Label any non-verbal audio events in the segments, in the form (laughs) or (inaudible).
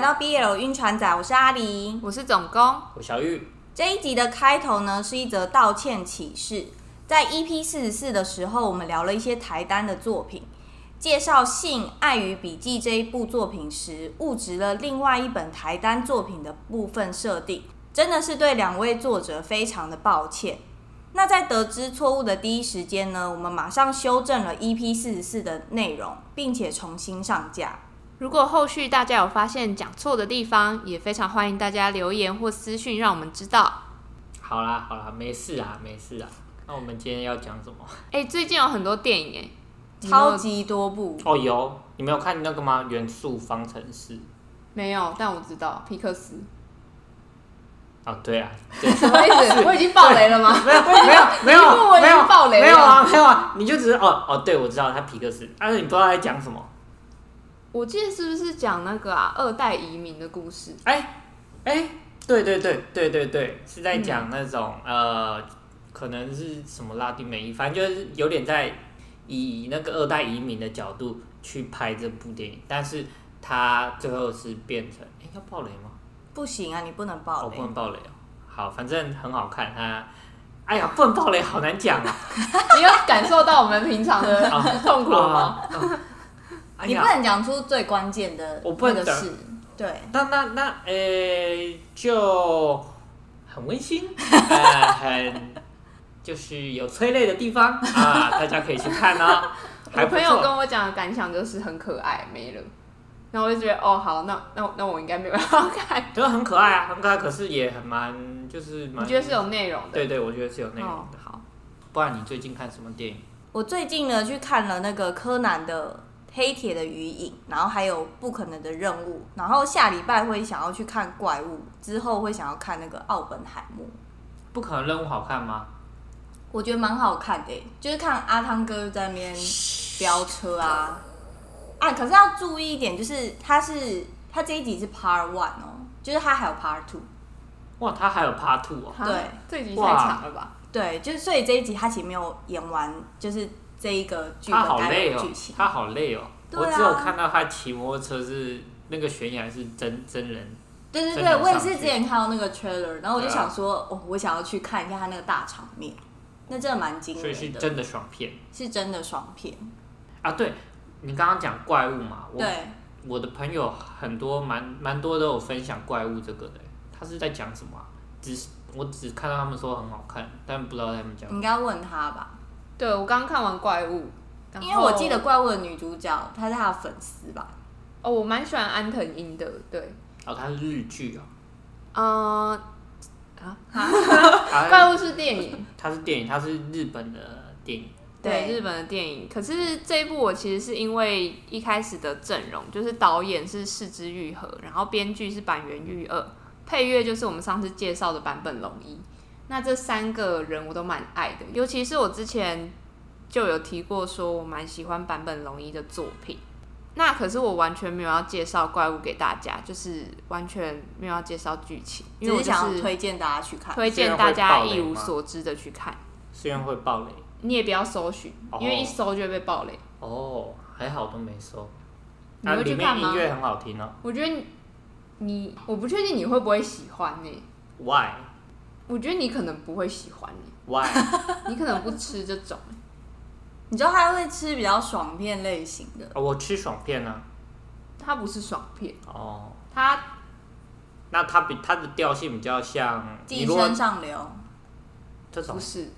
到 BL 晕船仔，我是阿狸。我是总工，我小玉，这一集的开头呢是一则道歉启事，在 EP 四十四的时候，我们聊了一些台单的作品，介绍《性爱与笔记》这一部作品时，误植了另外一本台单作品的部分设定，真的是对两位作者非常的抱歉。那在得知错误的第一时间呢，我们马上修正了 EP 四十四的内容，并且重新上架。如果后续大家有发现讲错的地方，也非常欢迎大家留言或私讯让我们知道。好啦好啦，没事啊没事啊。那我们今天要讲 (laughs) 什么？哎、最近有很多电影哎、你有没有超级多部，哦，有你没有看那个吗？元素方程式没有，但我知道皮克斯。啊，对啊， (laughs) 什么意思？我已经爆雷了吗？没有没有没有你问我没已有经爆雷了没有啊没有啊，你就只是哦哦，对我知道他皮克斯，但是你不知道他在讲什么。我记得是不是讲那个啊二代移民的故事？ (laughs) 哎哎，对对对对对对，是在嗯讲那种、呃，可能是什么拉丁美裔，反正就是有点在以那个二代移民的角度去拍这部电影，但是他最后是变成哎要爆雷吗？不行啊，你不能爆哦，雷不。能爆雷哦。好，反正很好看它。哎呀，不能爆雷，好难讲啊！ (laughs) 你有感受到我们平常 (laughs) 的啊痛苦了吗？啊啊哎你不呀，能讲出最关键的我不能那个讲事，对，那那那，呃、就很温 (laughs) 馨，呃，很就是有催泪的地方 (laughs) 啊，大家可以去看哦，还我不朋友错。跟我讲的感想就是很可爱，没了。然后我就觉得哦，好，那那那我应该没有要看。就是很可爱啊，很可爱，可是也很蛮，就是蛮。你觉得是？有内容的？对对，我觉得是有内容哦的。，好。不然你最近看什么电影？我最近呢去看了那个柯南的《黑铁的余影》，然后还有《不可能的任务》，然后下礼拜会想要去看《怪物》，之后会想要看那个《奥本海默》，不可能任务好看吗？我觉得蛮好看的耶，欸就是看阿汤哥在那边飙车啊啊！可是要注意一点，就是他是他这一集是 Part One 哦，就是他还有 Part Two，哇，他还有 Part Two 哦。哈对，这集太哇长了吧？对，就是所以这一集他其实没有演完，就是这一个剧他本好该累有的哦剧情，。他好累哦。对啊我只有看到他骑摩托车是那个悬崖是真真人，对对真对，人我也上是去之前看到那个 trailer，然后我就对啊想说，哦，我想要去看一下他那个大场面，那真的蛮惊所以是人的，真的爽片是真的爽片。啊。对，你刚刚讲怪物嘛，我对，我的朋友很多蛮蛮多都有分享怪物这个的，他是在讲什么啊、只是我只看到他们说很好看，但不知道他们讲你应该问他吧，对，我刚看完怪物，然后因为我记得怪物的女主角她是他的粉丝吧？哦，我蛮喜欢安藤樱的，对，哦，它是日剧 (laughs) 哦呃嗯、哈啊，它怪物是电影，它是电影，它是日本的电影，对，对日本的电影。可是这一部我其实是因为一开始的阵容，就是导演是四之愈合，然后编剧是板垣裕二，配乐就是我们上次介绍的版本龙一。那这三个人我都蛮爱的，尤其是我之前就有提过，说我蛮喜欢版本龙一的作品。那可是我完全没有要介绍怪物给大家，就是完全没有要介绍剧情，因只为我是就想要是推荐大家去看。推荐大家一无所知的去看，虽然会爆雷你也不要搜寻，哦因为一搜就会被爆雷。哦，还好都没收。你啊，会里去看面音吗？乐很好听哦。我觉得你你，我不确定你会不会喜欢呢、欸 Why？ (laughs) 我觉得你可能不会喜欢呢、 Why？你可能不吃这种。你知道他会吃比较爽片类型的，哦我吃爽片呢、它不是爽片，哦，它那它比它的调性比较像《你寄如果生上流这种不，是。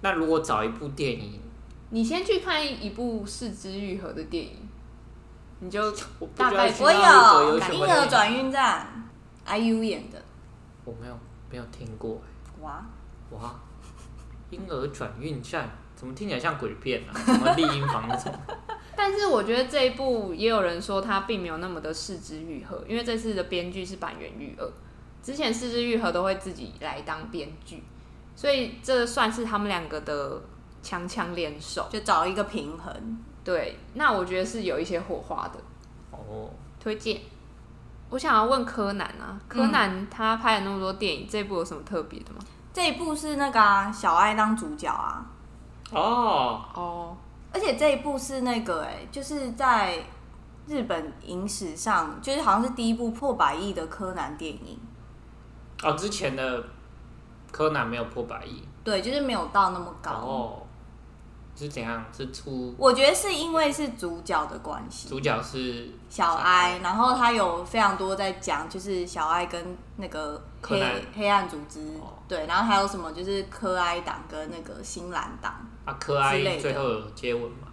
那如果找一部电影，你先去看一部四肢愈合的电影，你就我不大知道概去》，我到一个有有《什婴么儿电影，转运站》，IU 演的，我没有没有听过哇，欸哇，婴儿转运站怎么听起来像鬼片啊？什么丽婴房那 (laughs) 种？但是我觉得这一部也有人说它并没有那么的四肢愈合，因为这次的编剧是板垣裕二，之前四肢愈合都会自己来当编剧，所以这算是他们两个的强强联手。就找一个平衡。对，那我觉得是有一些火花的哦，推荐。我想要问柯南嗯啊，柯南他拍了那么多电影，这部有什么特别的吗？这一部是那个、啊、小爱当主角啊，哦，哦，欸而且这一部是那个哎、就是在日本影史上就是好像是第一部破百亿的柯南电影，哦，之前的柯南没有破百亿，对，就是没有到那么高。然后是怎样？是出我觉得是因为是主角的关系，主角是小哀，然后他有非常多在讲，就是小哀跟那个柯黑南黑暗组织，哦对，然后还有什么就是柯哀党跟那个新蓝党，啊，柯之类哀的最后有接吻嘛？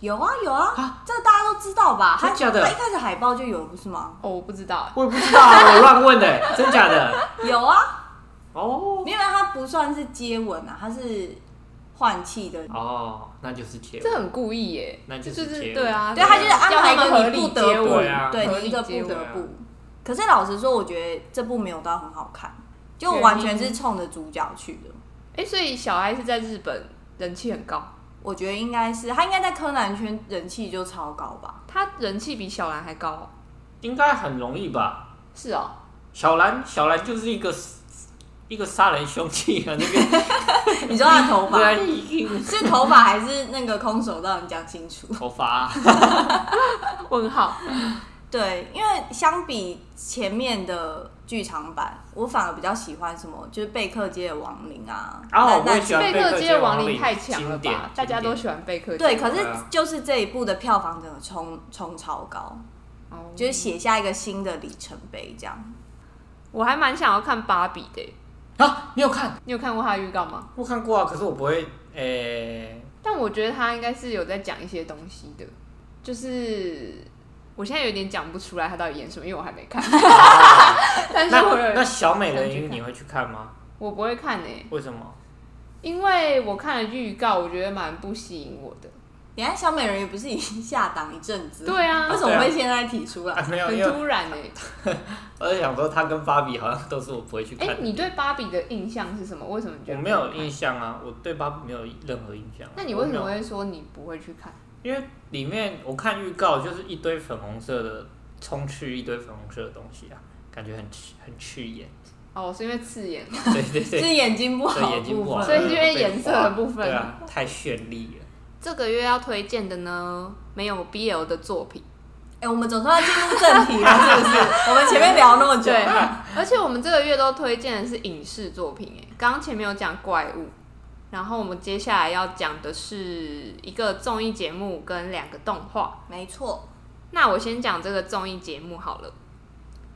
有啊有啊，这大家都知道吧？他真假的他一开始海报就有不是吗？哦，我不知道，我也不知道啊，我乱问的， (laughs) 真假的？有啊，哦因为啊他不算是接吻啊，他是换气的哦，那就是接这吻。很故意耶，那就这是就是结尾对啊，对他就是安要排他一们个合你理不结得不，对尾啊对合你理一个结不尾得啊不。可是老实说，我觉得这部没有到很好看，就完全是冲着主角去的。哎，所以小哀是在日本人气很高，我觉得应该是他应该在柯南圈人气就超高 (laughs) 吧。他人气比小兰还高哦，应该很容易吧？是哦，小兰，小兰就是一个一个杀人凶器啊，那 (laughs) 个你知道他的头对啊，发一定是头发还是那个空手道？你讲清楚。 (laughs) 头发啊、问号，对，因为相比前面的剧场版，我反而比较喜欢什么，就是贝克街的亡灵啊。哦那我那也喜欢贝克克街街亡亡灵灵太强了经典吧？大家经典都喜欢贝克街，对，可对是啊就是这一部的票房整个冲冲超高。哦就是写下一个新的里程碑，这样。我还蛮想要看芭比的耶，啊！你有看？你有看过他的预告吗？我看过啊，可是我不会诶、 (laughs) 但我觉得他应该是有在讲一些东西的，就是我现在有点讲不出来他到底演什么，因为我还没看。但是那我有那小美人想去鱼看你会去看吗？我不会看诶、为什 (laughs) 么？因为我看了预告，我觉得蛮不吸引我的。你看小美人鱼不是已经下档一阵子？、对啊嗯为，什么会现在提出来？啊，没有，很因为突然欸诶、我在想说，她跟芭比好像都是我不会去哎、看的。你对芭比的印象是什么？为什么你觉我得没有不会印看？象啊，我对芭比没有任何印象啊。那你为什么我没有？会说你不会去看？因为里面我看预告就是一堆粉红色的冲去一堆粉红色的东西啊，感觉很刺很刺 (laughs) 眼。哦，是因为刺眼，对对是对，眼睛不对好的眼睛部不好，分，哦所以是因为被颜色划的部分对啊，太绚丽了。这个月要推荐的呢，没有 BL 的作品。哎、我们总算要进入正题了， (laughs) 是不是？我们前面聊那么久， (laughs) 对，而且我们这个月都推荐的是影视作品，哎，刚刚前面有讲怪物，然后我们接下来要讲的是一个综艺节目跟两个动画。没错，那我先讲这个综艺节目好了，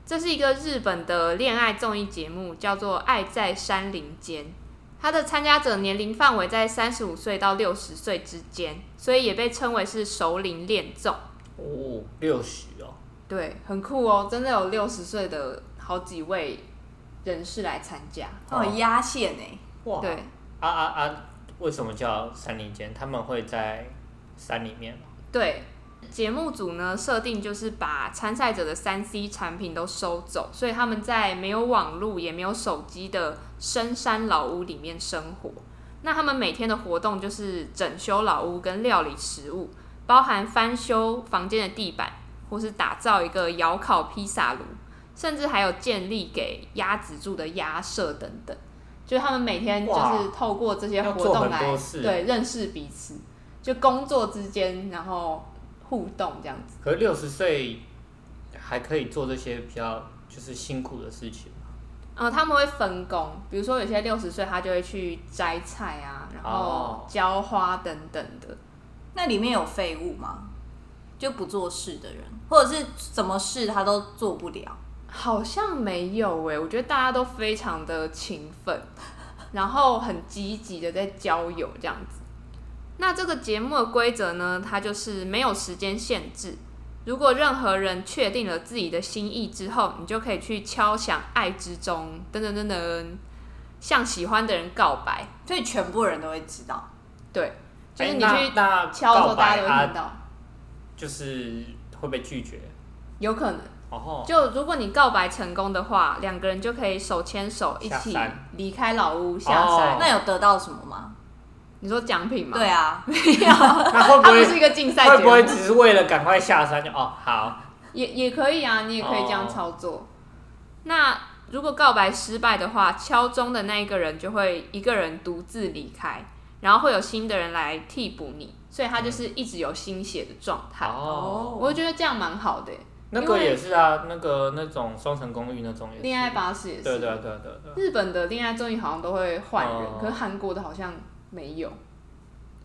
这是一个日本的恋爱综艺节目，叫做《爱在山林间》。它的参加者年龄范围在三十五岁到六十岁之间，所以也被称为是熟龄恋综。哦，六十哦，对，很酷哦，真的有六十岁的好几位人士来参加。它有压线哎、哇，对，啊啊啊！为什么叫山林间？他们会在山里面吗？对，节目组呢设定就是把参赛者的三 C 产品都收走，所以他们在没有网络也没有手机的深山老屋里面生活。那他们每天的活动就是整修老屋跟料理食物，包含翻修房间的地板，或是打造一个窑烤披萨炉，甚至还有建立给鸭子住的鸭舍等等。就是他们每天就哇是透过这些要活做动很来多事对认识彼此，就工作之间然后互动这样子。可是六十岁还可以做这些比较就是辛苦的事情吗呃，他们会分工，比如说有些六十岁他就会去摘菜啊，然后哦浇花等等的。那里面有废物吗？就不做事的人，或者是什么事他都做不了，好像没有欸诶、我觉得大家都非常的勤奋，然后很积极的在交友这样子。那这个节目的规则呢，它就是没有时间限制。如果任何人确定了自己的心意之后，你就可以去敲响爱之钟，噔噔噔噔，向喜欢的人告白。所以全部人都会知道。对，就是哎你那去那敲的时告候，大白家都会啊听，到，就是会被拒绝。有可能。哦，就如果你告白成功的话，两个人就可以手牵手一下起山离开老屋下哦山。那有得到什么吗？你说奖品吗？对，啊，那 (laughs) 会不它不会是一个竞赛会节不会目，只是为了赶快下山就哦好？也也可以啊，你也可以这哦样操作。那如果告白失败的话，敲钟的那一个人就会一个人独自离开，然后会有新的人来替补你，所以他就是一直有新血的状态。嗯哦，我觉得这样蛮好的欸，那个也是啊，那个那种双层公寓那种也是。恋爱巴士也是。对对对对对。日本的恋爱综艺好像都会换人，哦可是韩国的好像没有。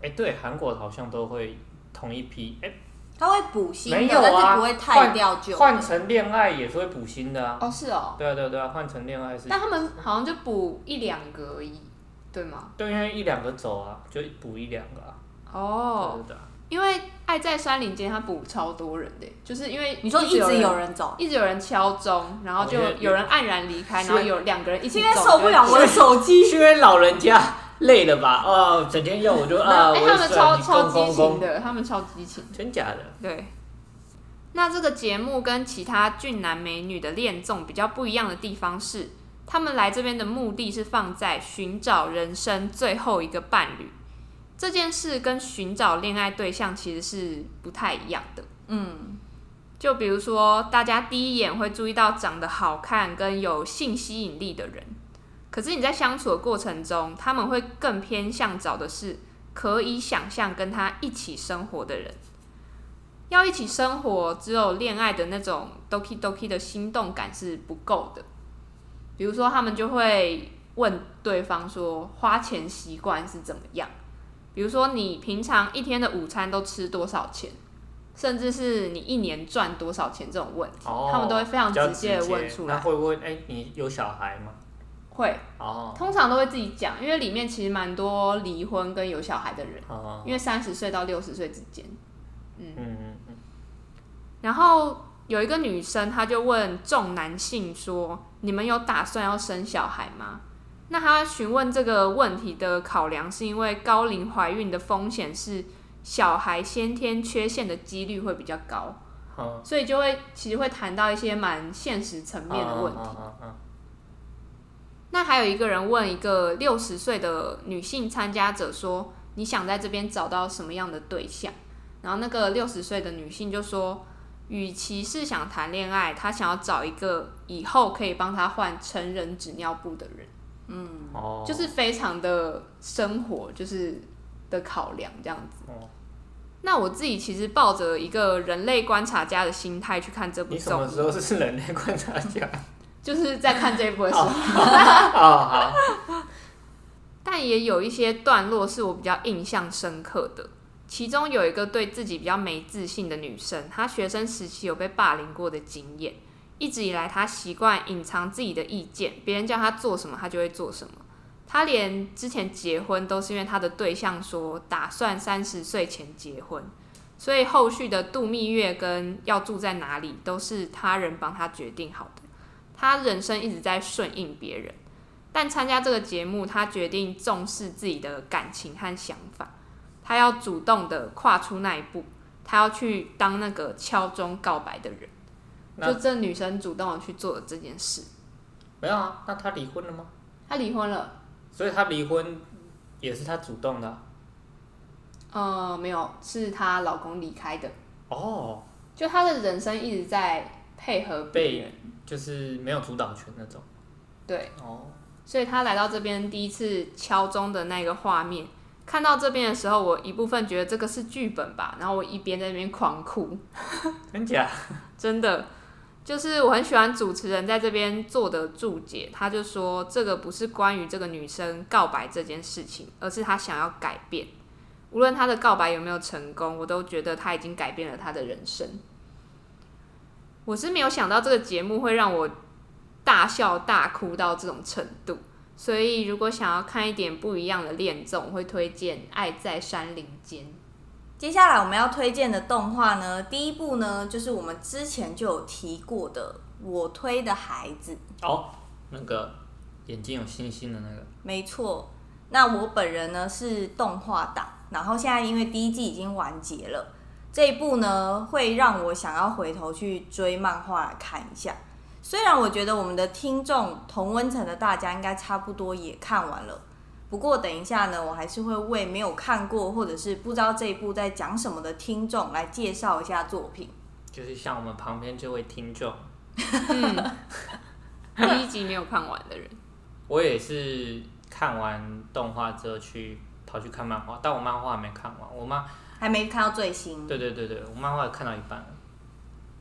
哎、对，韩国好像都会同一批，哎、他会补新的，没有啊但是不会太掉旧。换成恋爱也是会补新的啊。哦，是哦，对啊对啊对啊，换成恋爱是，但他们好像就补一两个而已，对吗？对，因为一两个走啊，就补一两个啊。哦，对对对啊。因为《爱在山林间》他补超多人的，就是因为你说一直有有人人走，一直有人敲钟，然后就我觉得有人黯然离开，是然后有两个人一起现在走受不了我的手机。是因为老人家累了吧？哦，整天要我就 (laughs) 没有啊，哎我他们超超激公情公，的，他们超激情。真假的？对。那这个节目跟其他俊男美女的恋综比较不一样的地方是，他们来这边的目的是放在寻找人生最后一个伴侣这件事，跟寻找恋爱对象其实是不太一样的。嗯，就比如说，大家第一眼会注意到长得好看跟有性吸引力的人，可是你在相处的过程中，他们会更偏向找的是可以想象跟他一起生活的人。要一起生活，只有恋爱的那种 doki doki 的心动感是不够的。比如说，他们就会问对方说花钱习惯是怎么样，比如说你平常一天的午餐都吃多少钱，甚至是你一年赚多少钱这种问题，哦，他们都会非常比较直接的问出那来。会不会？哎、你有小孩吗？会，哦，通常都会自己讲，因为里面其实蛮多离婚跟有小孩的人，哦，因为三十岁到六十岁之间。嗯嗯然后有一个女生，她就问众男性说：“你们有打算要生小孩吗？”那她询问这个问题的考量，是因为高龄怀孕的风险是小孩先天缺陷的几率会比较高，嗯，哦所以就会其实会谈到一些蛮现实层面的问题。嗯嗯嗯那还有一个人问一个六十岁的女性参加者说：“你想在这边找到什么样的对象？”然后那个六十岁的女性就说：“与其是想谈恋爱，她想要找一个以后可以帮她换成人纸尿布的人，嗯哦，就是非常的生活，就是的考量这样子。哦那我自己其实抱着一个人类观察家的心态去看这部你什么综时艺，候是人类观察 (laughs) 家？就是在看这部的时候，啊、好，但也有一些段落是我比较印象深刻的。其中有一个对自己比较没自信的女生，她学生时期有被霸凌过的经验，一直以来她习惯隐藏自己的意见，别人叫她做什么，她就会做什么。她连之前结婚都是因为她的对象说打算三十岁前结婚，所以后续的度蜜月跟要住在哪里都是他人帮她决定好的。她人生一直在顺应别人。但参加这个节目，他决定重视自己的感情和想法，他要主动的跨出那一步，他要去当那个敲钟告白的人。那就这女生主动的去做了这件事，没有啊，那他离婚了吗？她离婚了。所以他离婚也是他主动的啊、呃，没有，是她老公离开的。哦，就她的人生一直在配合别人，就是没有主导权那种对，哦，所以她来到这边第一次敲钟的那个画面，看到这边的时候，我一部分觉得这个是剧本吧，然后我一边在那边狂哭，真假？真的，就是我很喜欢主持人在这边做的注解，他就说这个不是关于这个女生告白这件事情，而是她想要改变。无论她的告白有没有成功，我都觉得她已经改变了她的人生。我是没有想到这个节目会让我大笑大哭到这种程度，所以如果想要看一点不一样的恋综，我会推荐《爱在山林间》。接下来我们要推荐的动画呢，第一部呢就是我们之前就有提过的《我推的孩子》，哦，那个眼睛有星星的那个，没错。那我本人呢是动画党，然后现在因为第一季已经完结了，这一部呢会让我想要回头去追漫画来看一下。虽然我觉得我们的听众同温层的大家应该差不多也看完了，不过等一下呢，我还是会为没有看过或者是不知道这一部在讲什么的听众来介绍一下作品。就是像我们旁边这位听众，嗯，第一集没有看完的人，我也是看完动画之后去跑去看漫画，但我漫画还没看完。我漫还没看到最新。对对对对，我漫画看到一半了。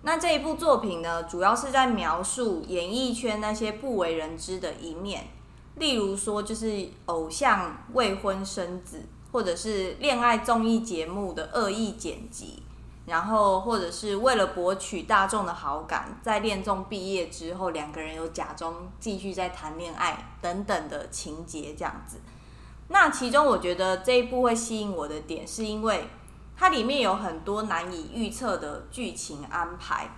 那这一部作品呢，主要是在描述演艺圈那些不为人知的一面，例如说就是偶像未婚生子，或者是恋爱综艺节目的恶意剪辑，然后或者是为了博取大众的好感，在恋综毕业之后，两个人有假装继续在谈恋爱等等的情节这样子。那其中我觉得这一部会吸引我的点，是因为它里面有很多难以预测的剧情安排，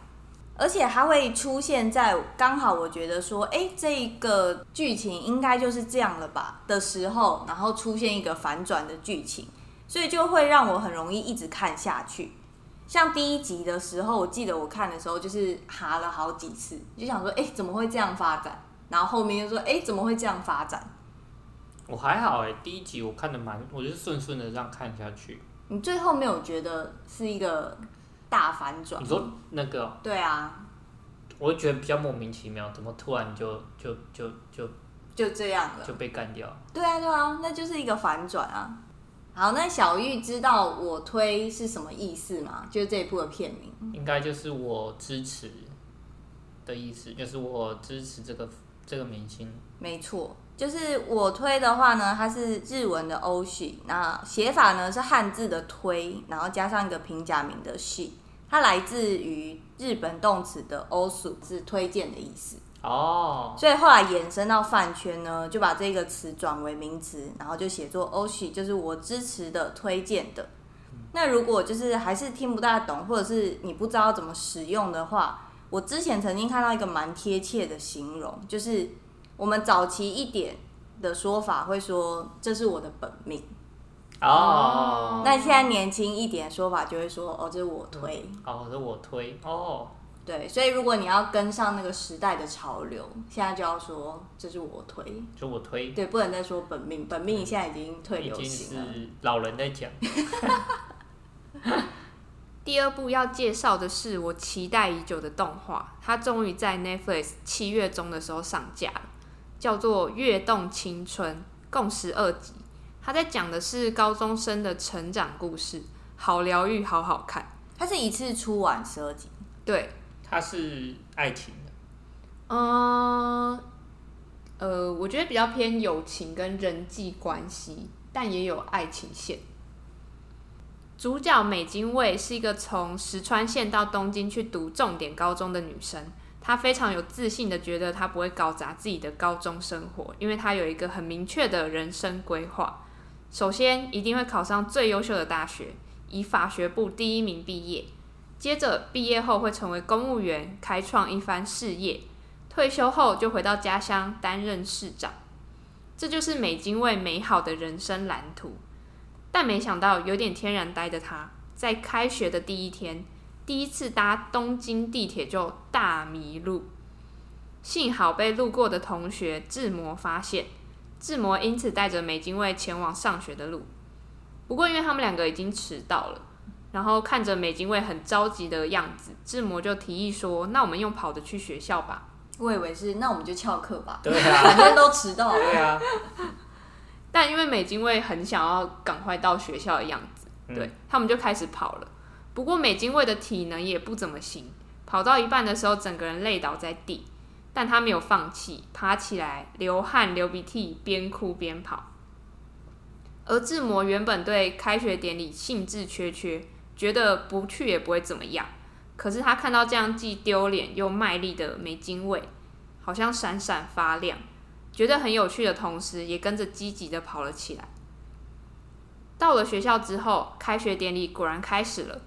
而且它会出现在刚好我觉得说，哎、这个剧情应该就是这样了吧的时候，然后出现一个反转的剧情，所以就会让我很容易一直看下去。像第一集的时候，我记得我看的时候就是哈了好几次，就想说，哎、怎么会这样发展？然后后面就说，哎、怎么会这样发展？我还好哎、第一集我看的蛮，我就是顺顺的这样看下去。你最后没有觉得是一个大反转你？说那个哦，对啊，我就觉得比较莫名其妙，怎么突然就就就就就这样了。就被干掉？对啊，对啊，那就是一个反转啊。好，那小玉知道我推是什么意思吗？就是这一部的片名。应该就是我支持的意思，就是我支持这个这个明星。没错，就是我推的话呢，它是日文的欧许，那写法呢是汉字的推，然后加上一个平假名的许，它来自于日本动词的欧鼠，是推荐的意思。哦，所以后来衍生到饭圈呢，就把这个词转为名词，然后就写作 “oshi”，就是我支持的、推荐的。那如果就是还是听不大懂，或者是你不知道怎么使用的话，我之前曾经看到一个蛮贴切的形容，就是我们早期一点的说法会说这是我的本命，哦，那现在年轻一点的说法就会说哦这是我推。哦，是我推哦，对，所以如果你要跟上那个时代的潮流，现在就要说这是我推。就我推，对，不能再说本命，本命现在已经退已流经行了。是老人在讲。第二部要介绍的是我期待已久的动画，它终于在 Netflix 七月中的时候上架了，叫做《跃动青春》，共十二集。它在讲的是高中生的成长故事，好疗愈，好好看。它是一次出完十二集，对，他是爱情的，嗯，呃，我觉得比较偏友情跟人际关系，但也有爱情线。主角美津卫是一个从石川县到东京去读重点高中的女生，她非常有自信的觉得她不会搞砸自己的高中生活，因为她有一个很明确的人生规划。首先，一定会考上最优秀的大学，以法学部第一名毕业。接着毕业后会成为公务员，开创一番事业。退休后就回到家乡担任市长，这就是美津卫美好的人生蓝图。但没想到，有点天然呆的他，在开学的第一天，第一次搭东京地铁就大迷路。幸好被路过的同学志摩发现，志摩因此带着美津卫前往上学的路。不过，因为他们两个已经迟到了，然后看着美津卫很着急的样子，志摩就提议说：“那我们用跑的去学校吧。”我以为是那我们就翘课吧，对啊， (laughs) 反正都迟到了。对啊，但因为美津卫很想要赶快到学校的样子，嗯对、他们就开始跑了。不过美津卫的体能也不怎么行，跑到一半的时候，整个人累倒在地，但他没有放弃，爬起来，流汗流鼻涕，边哭边跑。而志摩原本对开学典礼兴致缺缺，觉得不去也不会怎么样。可是他看到这样既丢脸又卖力的美津卫，好像闪闪发亮。觉得很有趣的同时，也跟着积极的跑了起来。到了学校之后，开学典礼果然开始了，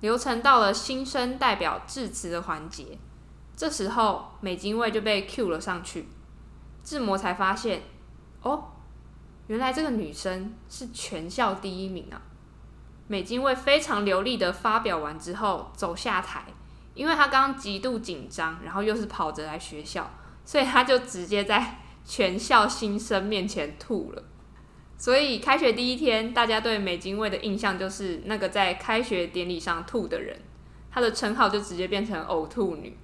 流程到了新生代表致辞的环节。这时候，美津卫就被 Q 了上去，志摩才发现，哦，原来这个女生是全校第一名啊！美津卫非常流利的发表完之后走下台，因为他刚刚极度紧张，然后又是跑着来学校，所以他就直接在全校新生面前吐了。所以开学第一天，大家对美津卫的印象就是那个在开学典礼上吐的人，她的称号就直接变成呕吐女。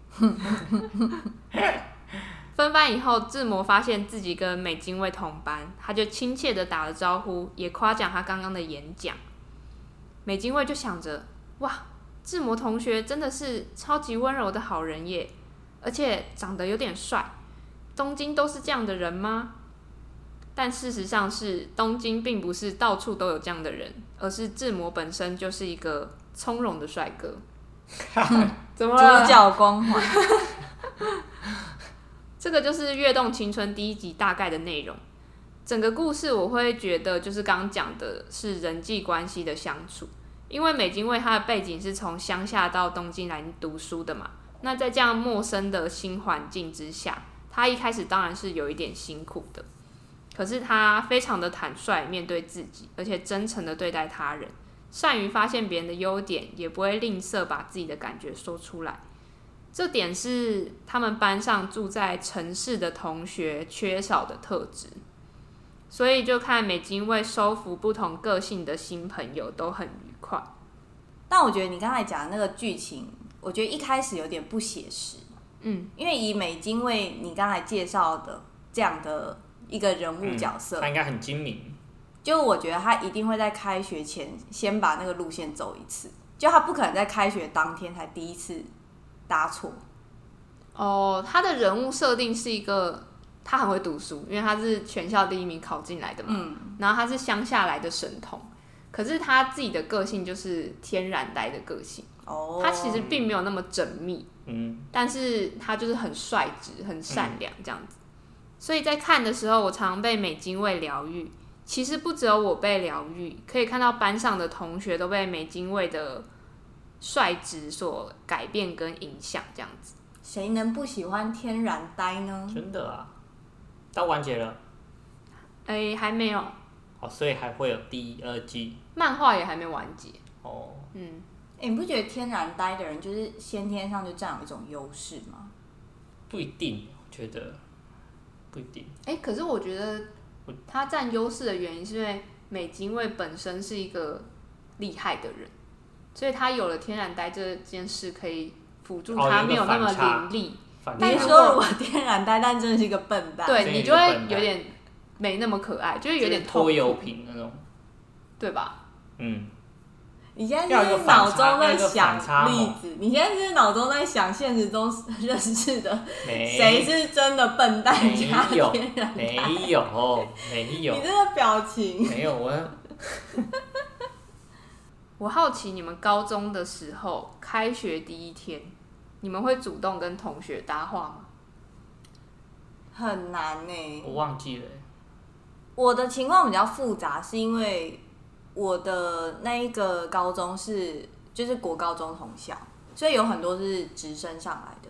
分班以后，志摩发现自己跟美津卫同班，他就亲切的打了招呼，也夸奖他刚刚的演讲。美津卫就想着，哇，志摩同学真的是超级温柔的好人耶，而且长得有点帅。东京都是这样的人吗？但事实上是，东京并不是到处都有这样的人，而是志摩本身就是一个从容的帅哥。怎么了啊主角光环，这个就是《跃动青春》第一集大概的内容。整个故事我会觉得就是刚刚讲的是人际关系的相处，因为美津卫他的背景是从乡下到东京来读书的嘛，那在这样陌生的新环境之下，他一开始当然是有一点辛苦的，可是他非常的坦率面对自己，而且真诚的对待他人，善于发现别人的优点，也不会吝啬把自己的感觉说出来。这点是他们班上住在城市的同学缺少的特质，所以就看美津卫收服不同个性的新朋友都很愉快。但我觉得你刚才讲的那个剧情，我觉得一开始有点不写实，嗯，因为以美津为你刚才介绍的这样的一个人嗯物角色，他应该很精明，就我觉得他一定会在开学前先把那个路线走一次，就他不可能在开学当天才第一次搭错。哦，他的人物设定是一个他很会读书，因为他是全校第一名考进来的嘛，嗯，然后他是乡下来的神童，可是他自己的个性就是天然来的个性，哦，他其实并没有那么缜密，嗯，但是他就是很率直、很善良这样子。所以在看的时候，我常被美津卫疗愈。其实不只有我被疗愈，可以看到班上的同学都被美津卫的率直所改变跟影响，这样子。谁能不喜欢天然呆呢？真的啊。到完结了，哎、还没有，哦，所以还会有第二季漫画也还没完结。哦。嗯，哎、你不觉得天然呆的人就是先天上就占有一种优势吗？不一定，我觉得不一定。哎、可是我觉得我他占优势的原因是因为美津卫本身是一个厉害的人，所以他有了天然呆这件事可以辅助哦有他一个没有那么反差伶俐。反但你是正如说果如果天然呆，但真的是一个笨蛋。对这你也就会是笨蛋有点没那么可爱，就是有点痛拖苦油，瓶那种，对吧？嗯，你现在是不是脑中在想要有一例个哦子，你现在是不是脑中在想现实中认识的没谁是真的笨蛋加没有天然呆？没有没有 (laughs) 你这个表情，没有我我好奇你们高中的时候，开学第一天，你们会主动跟同学搭话吗？很难欸呢、我忘记了，我的情况比较复杂，是因为我的那一个高中是就是国高中同校，所以有很多是直升上来的。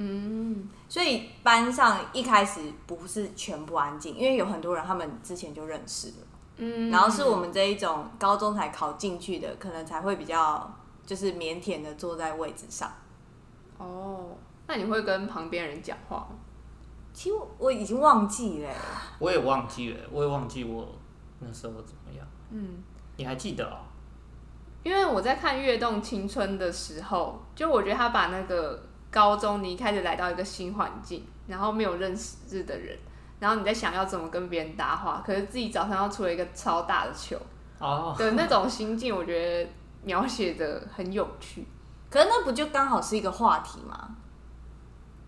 嗯，所以班上一开始不是全部安静，因为有很多人他们之前就认识了，嗯然后是我们这一种高中才考进去的，可能才会比较就是腼腆的坐在位置上。哦，那你会跟旁边人讲话吗？其实我我已经忘记了欸、我也忘记了，我也忘记我那时候怎么样，嗯，你还记得哦？因为我在看《跃动青春》的时候，就我觉得他把那个高中你一开始来到一个新环境，然后没有认识的人，然后你在想要怎么跟别人搭话，可是自己早上要出了一个超大的球。哦，的那种心境，我觉得描写的很有趣。可是那不就刚好是一个话题吗？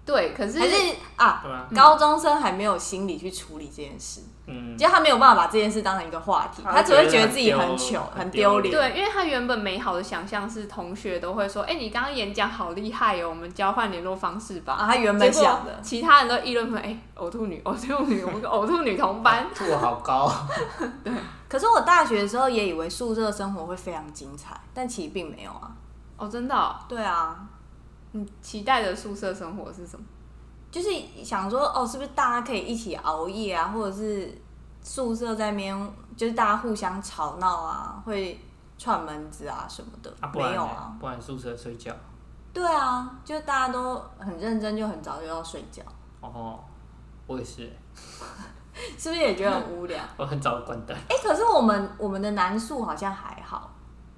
对，可是还是啊，对吧？高中生还没有心理去处理这件事，嗯，就他没有办法把这件事当成一个话题，他他只会会觉觉得得很自己很丢糗、很很丢丢脸。对，因为他原本美好的想象是同学都会说：“哎、你刚刚演讲好厉害哦，我们交换联络方式吧。啊，他原本结果想的，其他人都议论说：“哎、呕吐女，呕吐女，我们跟呕吐女同班。啊吐我好高，可是我大学的时候也以为宿舍生活会非常精彩，但其实并没有啊。”哦，真的哦、对啊，你期待的宿舍生活是什么？就是想说哦，是不是大家可以一起熬夜啊，或者是宿舍在那边就是大家互相吵闹啊，会串门子啊什么的， (laughs) 啊，不然没有呢啊。不然宿舍睡觉，对啊，就大家都很认真，就很早就要睡觉，哦，我 (laughs) 也是，是不是也觉得很无聊？我很早关灯，哎、可是我们我们的男宿好像还好，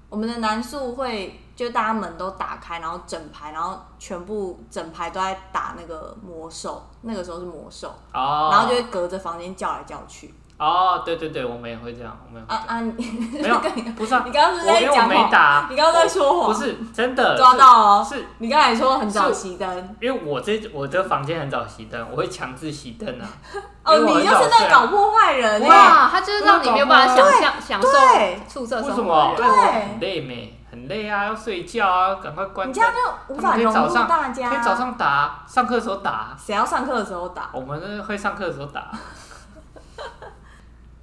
我们的男宿会就大家门都打开，然后整排，然后全部整排都在打那个魔兽，那个时候是魔兽，哦，然后就会隔着房间叫来叫去。哦，对对对，我们也会这样，我们也啊会啊，你这样，没有，不是啊， (laughs) 你刚刚是在我因为我讲没谎，打，你刚刚在说谎，不是真的抓到哦。是是你刚才说很早熄灯，因为我这我的房间很早熄灯，我会强制熄灯啊。 (laughs) 哦，因为你我就是很早那睡个啊搞破坏人欸，哇，他就是让你没有办法想象享受对宿舍为生什活么？的对啊人。对我很累没，很累啊，要睡觉啊，赶快关你这样灯。就无他法们可以融早入上大家。可以早上打，上课的时候打，谁要上课的时候打？我们是会上课的时候打。嗯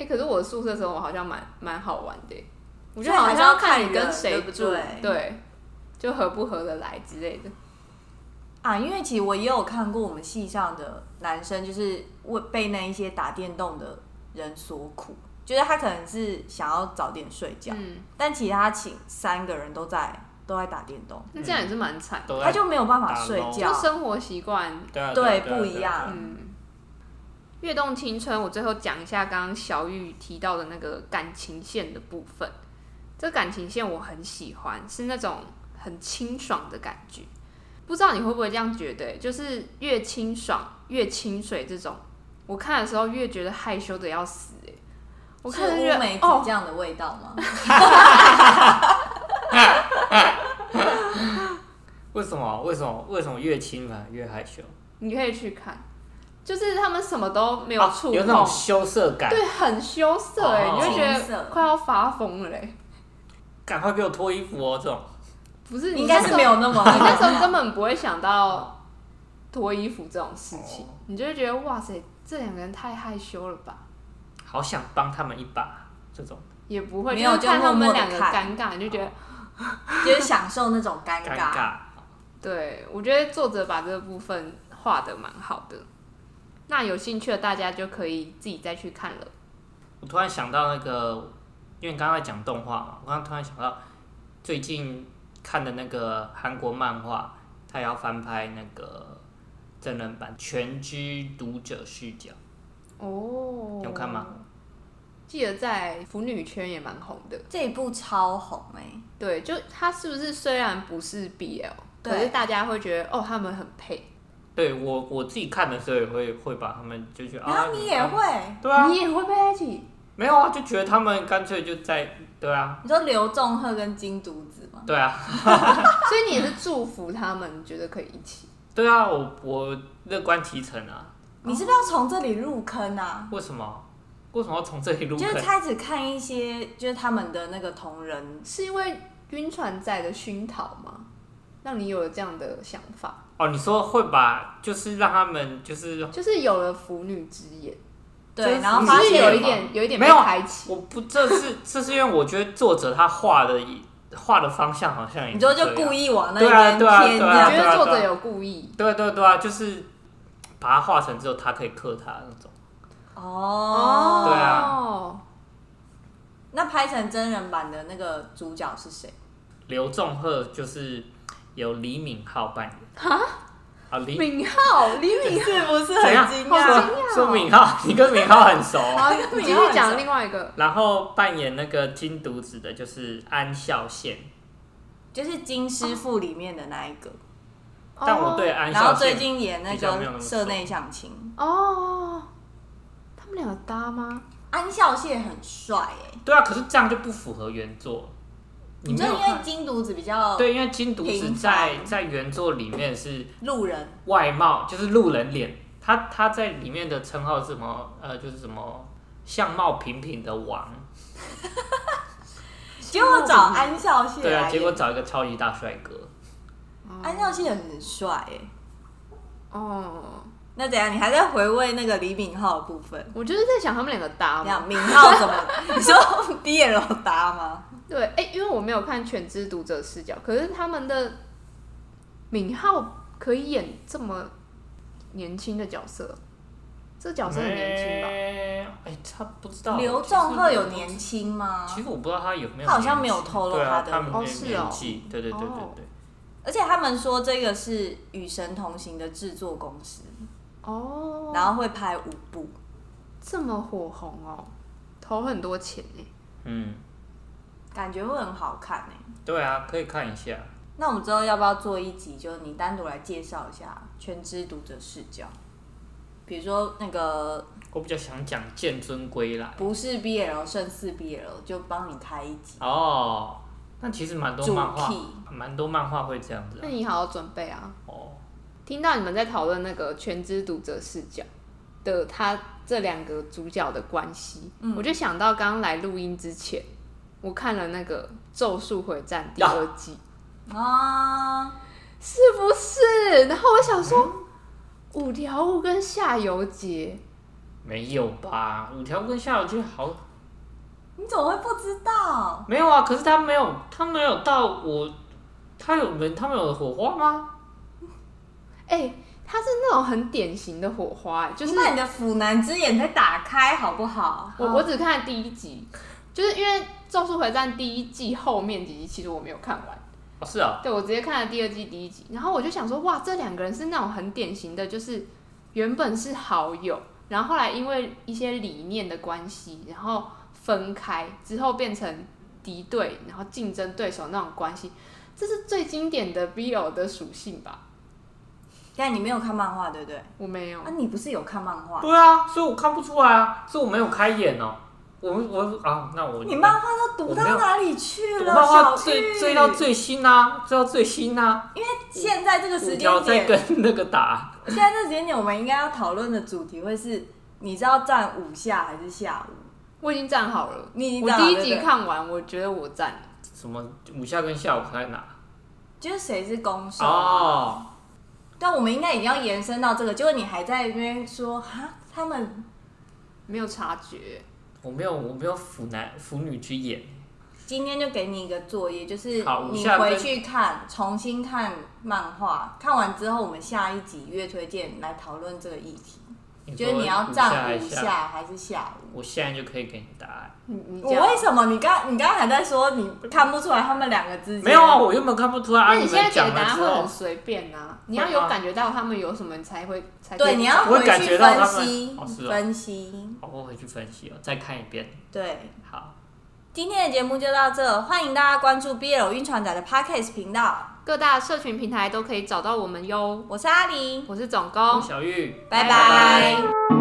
哎、可是我的宿舍生活好像蛮蛮好玩的欸，我觉所以得好还像是要看看你人跟谁对不住，对对，就合不合得来之类的。啊，因为其实我也有看过我们系上的男生，就是为被那一些打电动的人所苦，就是他可能是想要早点睡觉，嗯，但其实他请三个人都在都在打电动，那这样也是蛮惨的，都在他就没有办法打睡咯觉就。生活习惯对啊对啊啊不啊一样对啊嗯，跃动青春，我最后讲一下刚刚小玉提到的那个感情线的部分。这感情线我很喜欢，是那种很清爽的感觉。不知道你会不会这样觉得、欸就是越清爽越清水这种，我看的时候越觉得害羞的要死、欸。我看是着乌觉梅得子哦，这样的味道吗？为什么？为什么？为什么越亲反而越害羞？你可以去看，就是他们什么都没有啊触有碰，那种羞涩感。对，很羞涩哎、哦你会觉青涩得快要发疯了嘞、欸赶快给我脱衣服哦！这种不是，应该是没有那 (laughs) 么你那时 (laughs) 候根本不会想到脱衣服这种事情哦，你就会觉得哇塞，这两个人太害羞了吧？好想帮他们一把，这种也不会，没有就是看他就默们默地哦两个尴尬，你就觉得，就是享受那种尴尴尬。尬。对我觉得作者把这部分画的蛮好的。那有兴趣的大家就可以自己再去看了。我突然想到那个，因为你刚刚在讲动画嘛，我刚刚突然想到最近看的那个韩国漫画，它也要翻拍那个真人版《全知读者视角》，哦有看吗？记得在腐女圈也蛮红的，这一部超红哎、对，就他是不是虽然不是 BL，对可是大家会觉得哦，他们很配，对我我自己看的时候也会会把他们就觉得然啊，后你也会，对啊，你也会配在一起，没有啊，就觉得他们干脆就在对啊你说刘仲赫跟金独子吗？对啊所以你也是祝福他们，觉得可以一起。对啊，我我乐观其成啊，你是不是要从这里入坑啊？为什么为什么要从这里入就是坑？开始看一些就是他们的那个同人，是因为晕船仔的熏陶吗？让你有了这样的想法，哦，你说会把就是让他们就是就是有了腐女之眼，就对，是然后你你是发不是现有一点有一点被没有开启？我不，这是 (laughs) 这是因为我觉得作者他画的画的方向好像也你就就这样故意往那对啊边对啊偏这对我啊觉样。得作者有故意，对对对啊，就是把它画成只有他可以克他的那种。哦，对啊哦，那拍成真人版的那个主角是谁？刘仲赫就是由李敏镐扮演啊，李敏浩李敏，是不是怎样？讶说说敏镐， (laughs) 你跟敏镐很熟哦、好，啊敏你浩继续讲另外一个，然后扮演那个金独子的就是安孝燮，就是金师傅里面的那一个，但我哦对啊安然后孝最燮近演那比较没有个那么熟社内相亲，哦，他们两个搭吗？安孝燮很帅哎、对啊，可是这样就不符合原作。你你就没有因看为金独子比较对，因为金独子平在凡在原作里面是路人，外貌就是路人脸，他他在里面的称号是什么？呃，就是什么相貌平平的王，结果找安孝燮对啊，来结果演，找一个超级大帅哥，安孝燮很帅哎、哦，那怎样？你还在回味那个李敏镐的部分？我就是在想他们两个搭怎吗样？？敏镐怎么？你说 (laughs) BL 搭吗？对，哎、因为我没有看《全知读者视角》，可是他们的敏浩可以演这么年轻的角色，这角色很年轻吧？吧？哎，他不知道刘仲赫有年，轻吗其实我其实我不知道他有没有年纪，他好像没有透露对啊他的他们哦没是年哦纪，对对对对哦对。而且他们说这个是《与神同行》的制作公司，哦，然后会拍五部。这么火红哦，投很多钱哎、嗯，感觉会很好看哎、对啊，可以看一下。那我们之后要不要做一集，就是你单独来介绍一下全知读者视角？比如说那个我比较想讲《剑尊归来》不是 BL 胜似 BL，就帮你开一集哦，那其实蛮多主漫画，题。蛮多漫画会这样子、那啊、你好好准备啊！哦。听到你们在讨论那个全知读者视角的他这两个主角的关系，嗯我就想到刚刚来录音之前，我看了那个《咒术回战》第二季，啊，是不是？然后我想说，五条悟跟夏油杰，没有吧？五条跟夏油就好你怎么会不知道？没有啊，可是他没有，他没有到我，他有没他们有火花吗？哎、他是那种很典型的火花、哎就是你嗯把你的腐男之眼再打开好不好？我我只看了第一集，就是因为《咒术回战》第一季后面几集其实我没有看完。哦，是啊，对，我直接看了第二季第一集，然后我就想说，哇，这两个人是那种很典型的，就是原本是好友，然后后来因为一些理念的关系，然后分开之后变成敌对，然后竞争对手那种关系，这是最经典的 BL 的属性吧？但你没有看漫画对不对？我没有啊，，你不是有看漫画？对啊，所以我看不出来啊，所以我没有开眼哦，我我啊，那我你漫画都读我没到有哪里去我了？漫小画玉追追到最新啊，追到最新啊， (laughs) 现在这个时五间条在点，跟那个打，现在这个时间点，我们应该要讨论的主题会是，你知道站五下还是下午？我已经站好了。你已经我站好第一对不集对看完，我觉得我站了。什么五下跟下午在哪？就是谁是啊攻手？哦，但我们应该已经要延伸到这个，结果你还在那边说哈，他们没有察觉，我没有我没有腐男腐女之眼，今天就给你一个作业，就是好我你下回跟去看，重新看漫画，看完之后，我们下一集月推荐来讨论这个议题。你觉得说你要五下站还五是下下还是下午？我现在就可以给你答案。你你这我样为什么你刚你刚刚还在说你看不出来他们两个之间没有啊，我原本看不出来啊。那你们现在讲给的答了案之会后很，随便啊，你会要有吗感觉到他们有什么，你才会才可以对，你要我回会感去觉到分他们析哦是哦分析。好我回去分析哦，再看一遍。对，好，今天的节目就到这，欢迎大家关注 BL 晕船仔的 Podcast 频道，各大社群平台都可以找到我们哟。我是阿狸，我是总工，小玉，拜拜拜拜